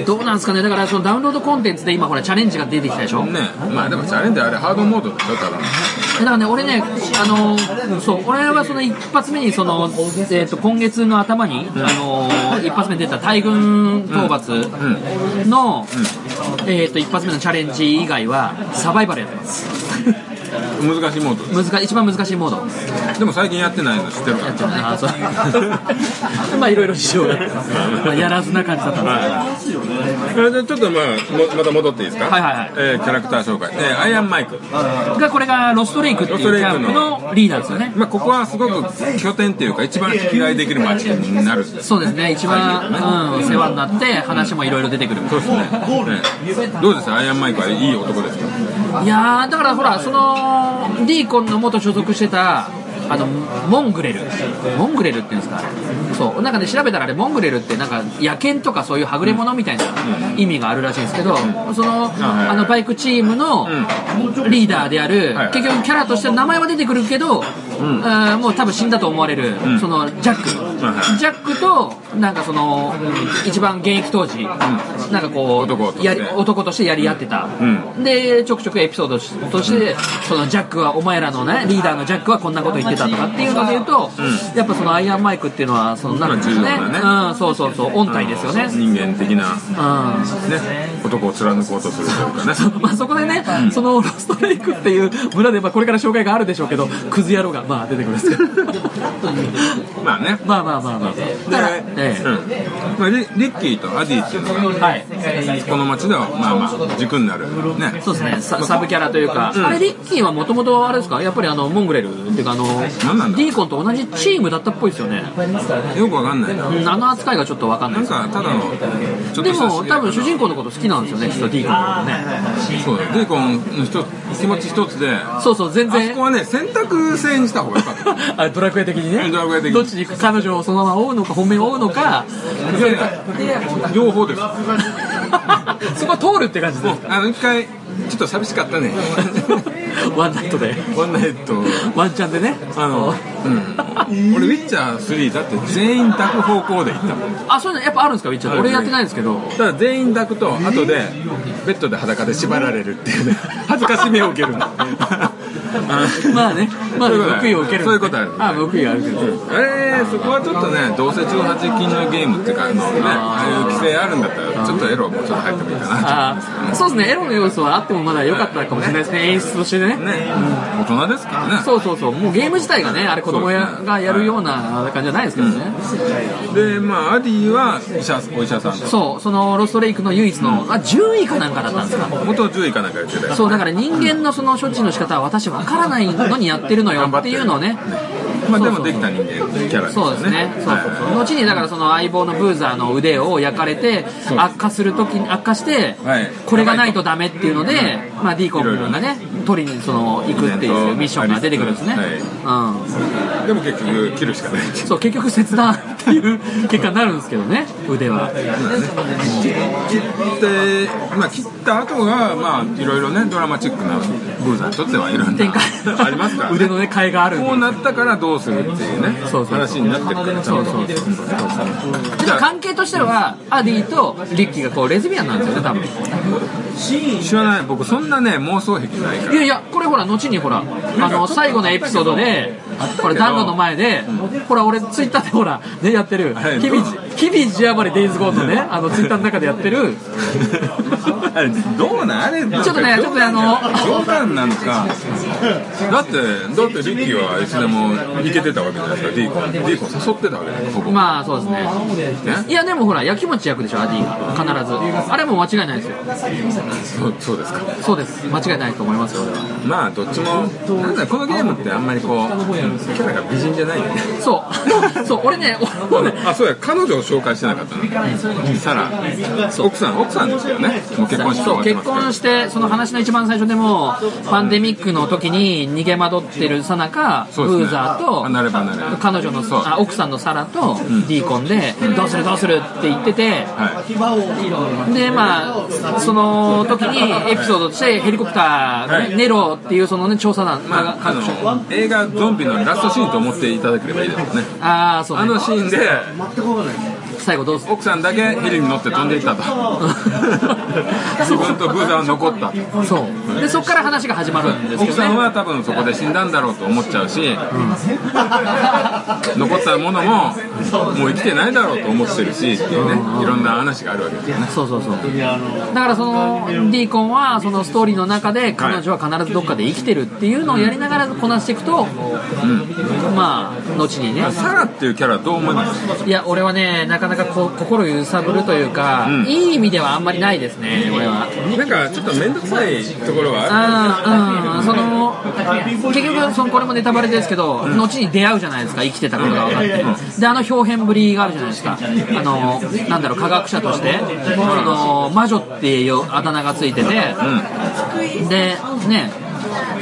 B: どうなんですかねだからそのダウンロードコンテンツで今ほらチャレンジが出てきたでしょだ
A: ねまあでもチャレンジあれハードモードでしょただの
B: からね俺ねあのーそう俺はその一発目にその、えー、と今月の頭に、あのー一発目に出た大軍討伐の、えー、と一発目のチャレンジ以外はサバイバルやってます
A: 難しいモード
B: 難一番難しいモード
A: でも最近やってないの知ってるか
B: やってるねあそう まあいろいろ事情があってまあやらずな感じだったんですけど
A: らじゃあちょっとまあもまた戻っていいですか
B: はいはいはい
A: えーキャラクター紹介、えーアイアンマイク
B: がこれがロストレイクっていうキャンプのリーダーですよね
A: まあ、ここはすごく拠点っていうか一番信頼できる街になるんです
B: そうですね一番、うん、世話になって話もいろいろ出てくる
A: そうですね、ねどうですアイアンマイクはいい男ですか
B: いやーだからほらそのディーコンの元所属してたあのモングレルモングレルっていうんですかあれそうなんかね調べたらあれモングレルってなんか野犬とかそういうはぐれ者みたいな意味があるらしいんですけど、その
A: はいはい
B: あのバイクチームのリーダーである、
A: はい
B: 結局キャラとして名前は出てくるけど、あーもう多分死んだと思われる、
A: ん
B: そのジャック、
A: はいはい
B: ジャックとなんかその一番現役当時、なんかこう
A: 男として
B: やり男としてやり合ってた、
A: う
B: でちょくちょくエピソードとして、そのジャックはお前らのねリーダーのジャックはこんなこと言ってたとかっていうので言うと、やっぱそのアイアンマイクっていうのはそのなんですね,、
A: まあ重要だ
B: うんそうそうそう音体ですよね、うん
A: 人間的な、
B: ま
A: ね、男を貫こうとするというかね
B: あそこでね、そのロストレイクっていう村で、まあ、これから紹介があるでしょうけどクズ野郎がまあ出てくるんですけど
A: まあね
B: まあまあまあまあだから、えええ
A: まあ、リリッキーとアディっていうのが
B: はい
A: この町ではまあまあ軸になるね
B: そうですねササブキャラというか、あれリッキーはもともとあれですかやっぱりあのモングレルっていうかあの
A: 何なんだ
B: ディーコンと同じチームだったっぽいですよね
A: よくわかんないな
B: うんあの扱いがちょっとわかんない
A: ん
B: です
A: かただのちょっ
B: で
A: とした
B: も多分主人公のこと好きなんですよねきっとディーコンのことね
A: そうだディーコンの一つ気持ち一つであ
B: そうそう全
A: そ
B: 然
A: こはね選択制にした方がよか った
B: あドラクエ的にね
A: ドラクエ的に
B: どっちに行く彼女をそのまま追うのか本命を追うのか
A: 両方です
B: そこは通るって感じで
A: あの一回ちょっと寂しかったね
B: ワンナイトで
A: ワンナイ ト
B: ワンチャンでね
A: あの、うん、俺ウィッチャー3だって全員抱く方向で行ったもん
B: あそういうのやっぱあるんですかウィッチャー俺やってないんですけど
A: ただ全員抱くと後でベッドで裸で縛られるっていうね 恥ずかしめを受けるの あ
B: まあねまあ
A: そういうことだ
B: 報いを受ける
A: そういうことある
B: あ報いがあるけど
A: えー、そこはちょっとねどうせ18禁のゲームっていうかあのねああいう規制あるんだったらちょっとエロもうちょっと入ってもいいかな
B: あそうですねエロの要素はあってもまだ良かったかもしれないですね演出としてね
A: ね大人ですからね
B: そうそうそうもうゲーム自体がねあれ子供や
A: そうですね
B: がやるような感じじゃないですけどね
A: でまあアディは医者お医者さんと
B: そうそのロストレイクの唯一のあ10位かなんかだったんですか
A: 元10位かなんか言ってたよ
B: そうだから人間のその処置の仕方は私わからないのにやってるのよっていうのをね
A: まあでもできた人間キャラです
B: そう
A: よ
B: ですね。そうそうそう。後にだからその相棒のブーザーの腕を焼かれて
A: う
B: 悪化するときに悪化して
A: はい、
B: これがないとダメっていうので、まあディーコン君がね取りにその行くっていうミッションが出てくるんですね。
A: は
B: う
A: でも結局切るしかない
B: ん。そう結局切断っていう結果になるんですけどね腕は。
A: 切って、まあ、切った後がまあいろいろねドラマチックなブーザーにとってはいろん
B: 展開
A: なありますから、ね、
B: 腕のね替えがあるんで
A: こうなったからどうするっていうね
B: そうそうそう
A: 話になってるからちゃんと
B: そうそう
A: じゃあ
B: 関係としてはアディとリッキーがこうレズビアンなんですよね多分。
A: 知らない僕そんなね妄想癖ないか
B: い
A: ら
B: やいや、これほら、後にほら、あの、最後のエピソードで、これ、暖炉の前で、ほら、俺、ツイッターでほら、ね、やってる
A: はい、
B: 日々、日々地暴れデイズゴーのね、あの、ツイッターの中でやってる、
A: あれどうなんあれちょ
B: ちょっとねちょっとねあの
A: 冗談なんかだってだってリッキーはいつでも行けてたわけじゃないですかディーコンディーコン誘ってたわけだからほぼ、
B: まあ、そうですね。
A: ね
B: いや、でもほら、やきもち焼くでしょ、アディが。必ず。あれも間違いないですよ。
A: そうそうですか
B: そうです。間違いないと思いますよ、俺は。
A: まあどっちもなんだこのゲームってあんまりこうキャラが美人じゃないよね
B: そう。 そう、俺ね、俺もね、
A: あそうや彼女を紹介してなかったのサラ奥さん奥さんですよねもう結婚式終
B: そ
A: わ
B: う
A: ってますけ
B: 結
A: ど
B: 婚してその話の一番最初でもパンデミックの時に逃げ惑ってるさなかブ
A: そうですね
B: ーザーと
A: 離れ離れ
B: 彼女の
A: そう
B: あ奥さんのサラとディーコンで「どうするどうする」って言ってて
A: はい
B: でまあその時にエピソードとしてヘリコプターがね、
A: はい
B: ネロっていうそのね調査団、
A: まああの映画ゾンビのラストシーンと思っていただければいいですね
B: ああーそう、ね、
A: あのシーンで
B: 最後ど うする
A: 奥さんだけヘリに乗って飛んでいった と自分とブーザーは残ったと
B: そうでそこから話が始まるんですけ
A: 奥
B: ど
A: さん
B: ね
A: は多分そこで死んだんだろうと思っちゃう し、残ったものももう生きてないだろうと思ってるしっていうねいろんな話があるわけですよね
B: そうそうそうだからそのディーコンはそのストーリーの中で彼女は必ずどっかで生きてるっていうのをやりながらこなしていくと、まあ後にね
A: サラっていうキャラどう思います
B: いや俺はねなかなかこ心揺さぶるというか、いい意味ではあんまりないですね俺は
A: なんかちょっと面倒くさいところはある
B: あーうんその結局そのこれもネタバレですけど、後に出会うじゃないですか生きてたことが分かって、であの表現ぶりがあるじゃないですかあのなんだろう科学者としてその魔女っていうあだ名がついてて、でね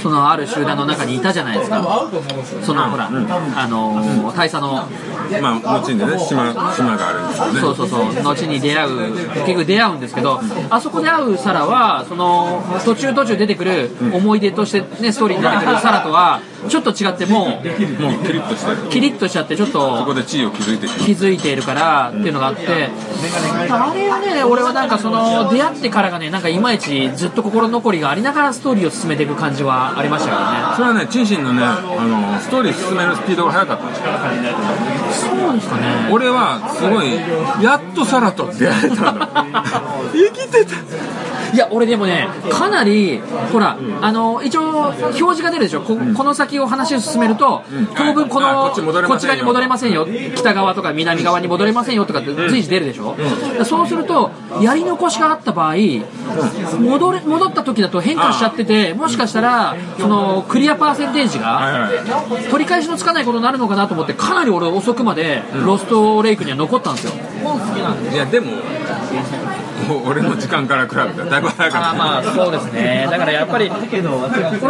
B: そのある集団の中にいたじゃないですかそのほら、あの大佐の
A: まあ、後にね、島、島があるんですよね。
B: そうそうそう後に出会う結局出会うんですけどあそこで会うサラはその途中途中出てくる思い出としてねストーリーに出てくるサラとはちょっと違ってもう
A: もうキリッとしてる。
B: キリッとしちゃってちょっ
A: そことで地位を築いてしま
B: 気づいているからっていうのがあってあれはね俺はなんかその出会ってからがねなんかいまいちずっと心残りがありながらストーリーを進めていく感じはありましたけどね
A: う。それはね、チンシンのね、あの、ストーリー進めるスピードが速かったんですよ。
B: そうですかね
A: 俺はすごいやっとサラと出会えたんだ 生きてた
B: いや俺でもねかなりほら、あの一応表示が出るでしょこ,、この先を話を進めると、当分この
A: あこっち戻れませんよ
B: こっち側に戻れませんよ北側とか南側に戻れませんよとかって随時出るでしょ、そうするとやり残しがあった場合戻れ戻った時だと変化しちゃっててもしかしたらそのクリアパーセンテージ
A: はい
B: が
A: はい
B: 取り返しのつかないことになるのかなと思ってかなり俺遅くまでロストレイクには残ったんですよ、
A: いやでもお俺の時間から比べたらだいぶ早か
B: あ
A: っ
B: ー
A: た
B: まあそうですねだからやっぱりこれ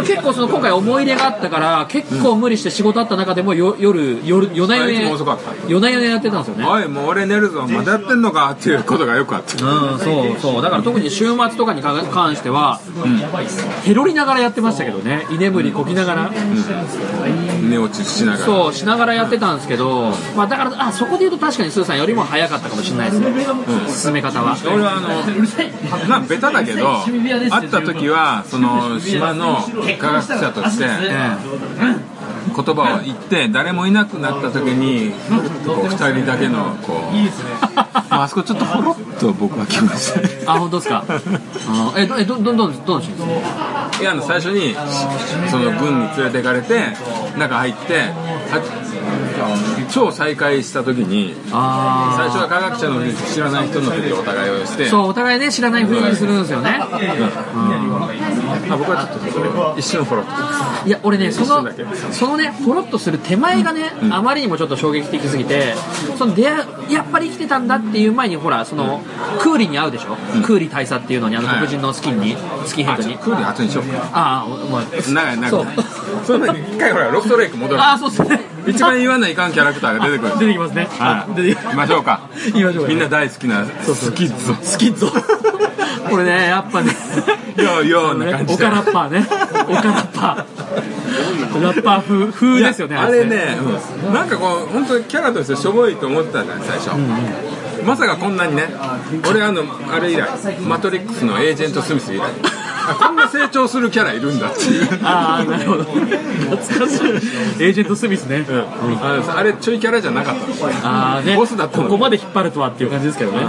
B: 結構その今回思い入れがあったから結構無理して仕事あった中でもよ夜夜夜な夜
A: あいつも
B: な
A: 遅かった
B: 夜な夜なやってたんですよね
A: おいもう俺寝るぞまだやってんのかっていうことがよくあった
B: うんそうそうだから特に週末とかにか関しては、へろりながらやってましたけどね居眠りこきながら、
A: 寝落ちしながら
B: そうしながらやってたんですけど、まあ、だからあそこで言うと確かにスーさんよりも早かったかもしれないですね、進め方は
A: 俺はあのまあベタだけど会った時はその島の科学者として
B: え
A: 言葉を言って誰もいなくなった時にこう二人だけのこうまああそこちょっとほろっと僕は来ましたね
B: あ本当 ですかあのえどえどどどんどんしですか
A: いやあの最初にその軍に連れて行かれて中入ってあ超再会した時に
B: あー
A: 最初は科学者の知らない人の時お互いをして
B: そうお互いね知らないふうにするんですよね、
A: まあ僕はちょっとそれを一瞬ほろっと
B: いや俺ねそ
A: 一
B: の
A: 瞬だ
B: そのねほろっとする手前がね、あまりにもちょっと衝撃的すぎてその出会いやっぱり生きてたんだっていう前にほらその、クーリに会うでしょ、クーリ大佐っていうのにあの
A: はい
B: 黒人のスキンに、スキンヘッド
A: ちょ
B: に
A: っとクールに後にしようか
B: ああおお前
A: 長い長い
B: そう
A: そんなに一回ほらロストレイク戻る
B: ああそうですね
A: 一番言わないかんキャラクターが出てくる
B: あ出てきますね、
A: はい
B: 出てき
A: 行きましょうか
B: きましょうか
A: みんな大好きなスキッズ
B: スキッゾこれねやっぱね
A: ようような感じ
B: オ
A: で
B: カラッパーね オカラッパーラッパー風風ですよね
A: いやあれね、うんなんかこう本当にキャラとしてしょぼいと思ってたじゃない最初、まさかこんなにね俺あのあれ以来マトリックスのエージェント・スミス以来あこんな成長するキャラいるんだっていう
B: ああなるほど懐かしいエージェント・スミスね、
A: うんあのあれちょいキャラじゃなかったの
B: ああね
A: ボスだったの
B: ここまで引っ張るとはっていう感じですけどね、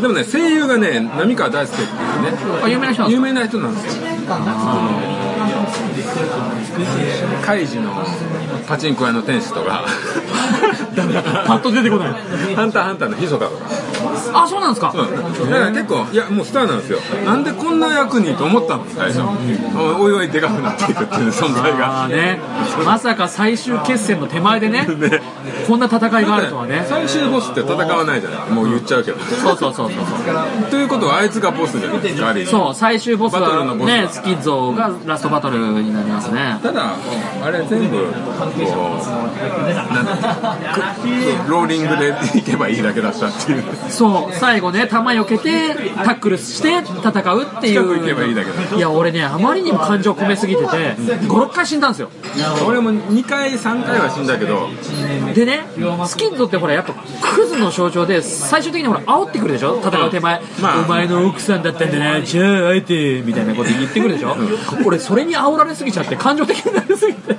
A: でもね声優がね浪川大輔っていうね
B: あ有名な人なんで
A: 有
B: す
A: 名な人なんですよあのカイジのパチンコ屋の店主とか
B: ダメだパッと出てこない
A: ハンターハンターのひそかとか
B: あそうなんですか、
A: うんだから結構いやもうスターなんですよなんでこんな役にと思ったの最初おいおいでかくなっていくっていう存在
B: あ
A: が
B: あねまさか最終決戦の手前でね
A: ね
B: こんな戦いがあるとはね
A: 最終ボスって戦わないじゃないもう言っちゃうけど
B: そうそうそうそう
A: ということはあいつがボスじゃないですかある意味
B: そう最終ボス
A: バトルの
B: は
A: ボス
B: ねスキッゾーがラストバトルになりますね
A: ただあれ全部こうなんかくローリングで行けばいいだけだったっていう
B: そう最後ね球避けてタックルして戦うってい
A: 近
B: う
A: く行けばいいだけだ
B: いや俺ねあまりにも感情込めすぎてて56回死んだんですよ
A: 俺も2回3回は死んだけど
B: でねスキッドってほらやっぱクズの象徴で最終的にほら煽ってくるでしょ戦う手前、
A: まあ
B: お前の奥さんだったんだなじゃあ会えてみたいなこと言ってくるでしょ俺それに煽られすぎちゃって感情的になりすぎて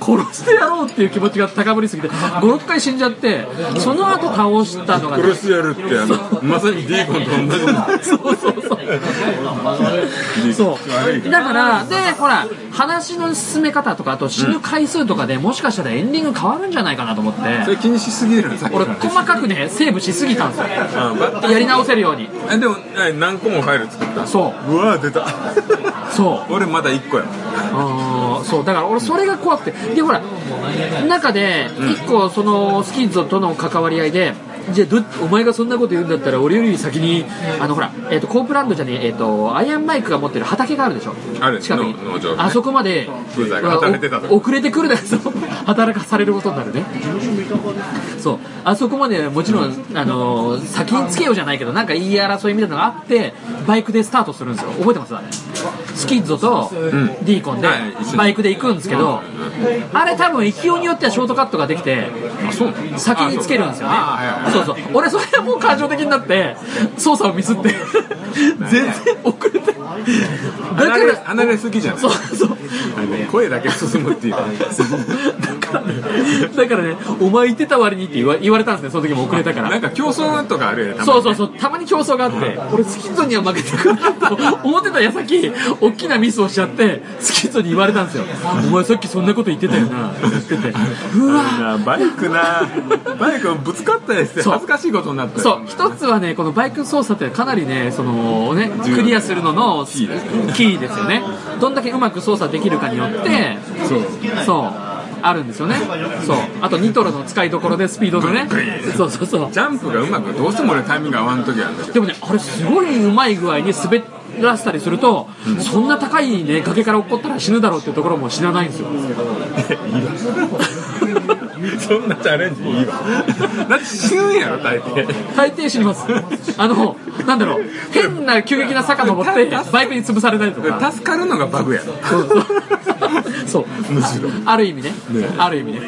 B: 殺してやろうっていう気持ちが高ぶりすぎて56回死んじゃってその後倒したのがね
A: 殺してやるってあのまさにディーコンと同じこと
B: そうそうそう。そう。だから、で、ほら、話の進め方とか、あと死ぬ回数とかでもしかしたらエンディング変わるんじゃないかなと思っ
A: そ
B: て、
A: れ気にしすぎるのさっきか
B: 俺、
A: ら
B: 細かくね、セーブしすぎたんですよ。
A: うんバッター
B: やり直せるように。
A: えでもえ何個もファイル作った
B: そう
A: わー出た
B: そう。
A: 俺まだ1個や
B: あーそうだから俺それが怖くてでほら中で一個そのスキンズとの関わり合いで、じゃあどお前がそんなこと言うんだったら俺より先にあのほら、えー、とコープランドじゃねええー、とアイアンマイクが持ってる畑があるでしょ
A: ある
B: 近くに
A: の農場ね
B: あそこまで
A: ブーザーが働いてたと
B: お遅れてくるだけ働かされることになるねそうあそこまでもちろん、あのー先につけようじゃないけどなんか言い争いみたいなのがあってバイクでスタートするんですよ覚えてますあれスキッゾとディーコンで
A: はい一緒に
B: バイクで行くんですけどあれ多分勢いによってはショートカットができて
A: あそうなの
B: 先につけるんですよね
A: あはいはい
B: そうそう俺それもう感情的になって操作をミスって全然遅れてだ
A: 離
B: か
A: れ
B: ら
A: 離れすぎじゃない
B: そうそう
A: あのね声だけ進むっていう
B: だからねだからねお前言ってた割にって言わ言われたんですねその時も遅れたから
A: なんか競争とかあるよねたま
B: そうそうそう、たまに競争があって、俺、スキッドには負けたくないと思ってた矢先、大きなミスをしちゃって、スキッドに言われたんですよ。お前、さっきそんなこと言ってたよな、って言ってて。うわ
A: になバイクなバイクぶつかったりして
B: そう
A: 恥ずかしいことになったよ
B: そう、一つはね、このバイク操作ってかなりね、そのね、クリアするののキ
A: ーです
B: ーですよね。どんだけうまく操作できるかによって、
A: そう
B: そう、あるんですよね。そう。あと、ニトロの使いどころでスピードのね
A: グイグイ。
B: そうそうそう。
A: ジャンプがうまくどうしても俺タイミング合わん時あるんだけど
B: でもね、あれすごいうまい具合に滑らせたりすると、そんな高いね、崖から落っこったら死ぬだろうっていうところも知らないんですよ。
A: そんなチャレンジいいわだって死ぬんやろ大抵
B: 大抵死にます。あの、なんだろう、変な急激な坂登って、バイクに潰されたりとか。
A: 助かるのがバグやろ
B: そうそうそう。
A: むしろ
B: ある意味ね
A: ね。
B: ある意味ね。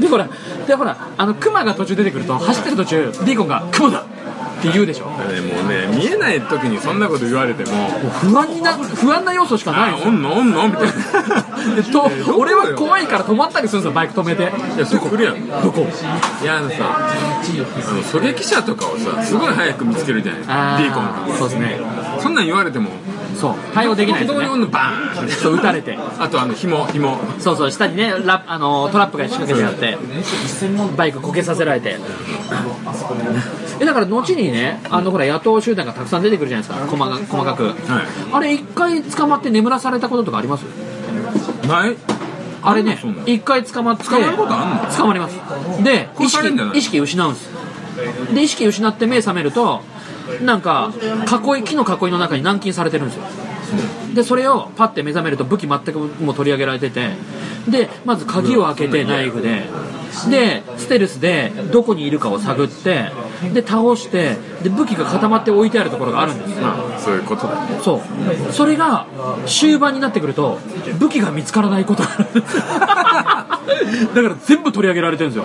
B: で、ほら、で、ほら、あの、熊が途中出てくると、走ってる途中、ディーコンが、熊だって言うでしょ。も
A: ねもうね見えない時にそんなこと言われても
B: う不安にな、不安な要素しかないん
A: あ
B: です
A: お
B: よ。
A: んのおんのみたい
B: でと、俺は怖いから止まったりするんですよ、バイク止めて。
A: ないやそこ来るやん
B: どこ
A: いやあのさあの狙撃者とかをさすごい早く見つけるじゃない
B: あ
A: ディーコン
B: そうですね
A: がそんなん言われても
B: そう対応できないで
A: ど
B: す
A: う
B: ね
A: におんのバーン
B: そう打たれて
A: あとあの紐紐
B: そうそう下にねラあのトラップが仕掛けてあってバイクこけさせられてえだから後にねあのほら野党集団がたくさん出てくるじゃないですか細か細かく、あれ一回捕まって眠らされたこととかあります
A: ない
B: あれね
A: そんなん
B: 一回捕まって
A: 捕まることあん
B: 捕まりますで意
A: 殺されんじゃない
B: 識意識失うんですで意識失って目覚めるとなんか囲い木の囲いの中に軟禁されてるんですよでそれをパッて目覚めると武器全くもう取り上げられててでまず鍵を開けてナイフででステルスでどこにいるかを探ってで倒してで武器が固まって置いてあるところがあるんですよ
A: まあそういうことだ
B: そうそれが終盤になってくると武器が見つからない ことがあるだから全部取り上げられてるんですよ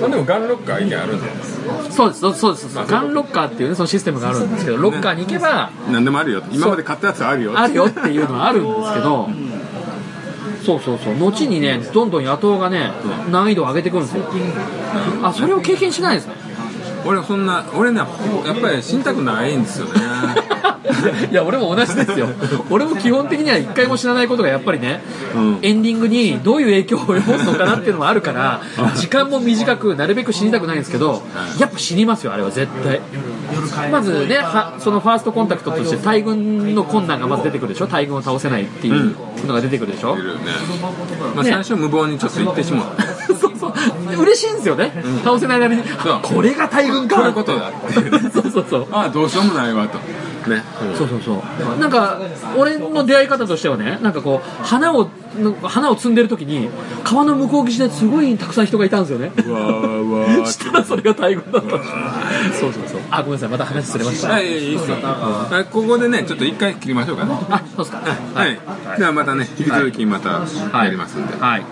A: まあでもガンロッカー意見あるんじゃないですか
B: そうですそうですそうですガンロッカーっていうねそのシステムがあるんですけどロッカーに行けば
A: 何でもあるよ今まで買ったやつあるよ
B: あるよっていうのはあるんですけどそうそうそう後にねどんどん野党がね難易度を上げてくるんですよあそれを経験しないですね
A: 俺そんな俺ねやっぱり死にたくないん ですよね
B: いや俺も同じですよ俺も基本的には一回も知らないことがやっぱりね、
A: うん
B: エンディングにどういう影響を及ぼすのかなっていうのもあるから時間も短くなるべく死にたくないんですけどやっぱ死にますよあれは絶対まずねはそのファーストコンタクトとして大軍の困難がまず出てくるでしょ大軍を倒せないっていうのが出てくるでしょ、
A: いるよねまあ
B: ね
A: 最初無謀にちょっと行ってしまう
B: そうそう嬉しいんですよね、倒せないなりに
A: そう
B: これが大軍か
A: こういうことだっていうね
B: そうそうそう
A: ああどうしようもないわとね
B: そうそうそうなんか俺の出会い方としてはねなんかこう花をの花を摘んでる時に川の向こう岸ですごいたくさん人がいたんですよね
A: うわーわー
B: したらそれが大軍だったんですそうそうそうあごめんなさいまた話ずれました
A: はい、いいっすよ。あここでね、ちょっと一回切りましょうかね。
B: あそうですか
A: はい。ではまたね、引き続きまたやりますんで。
B: はい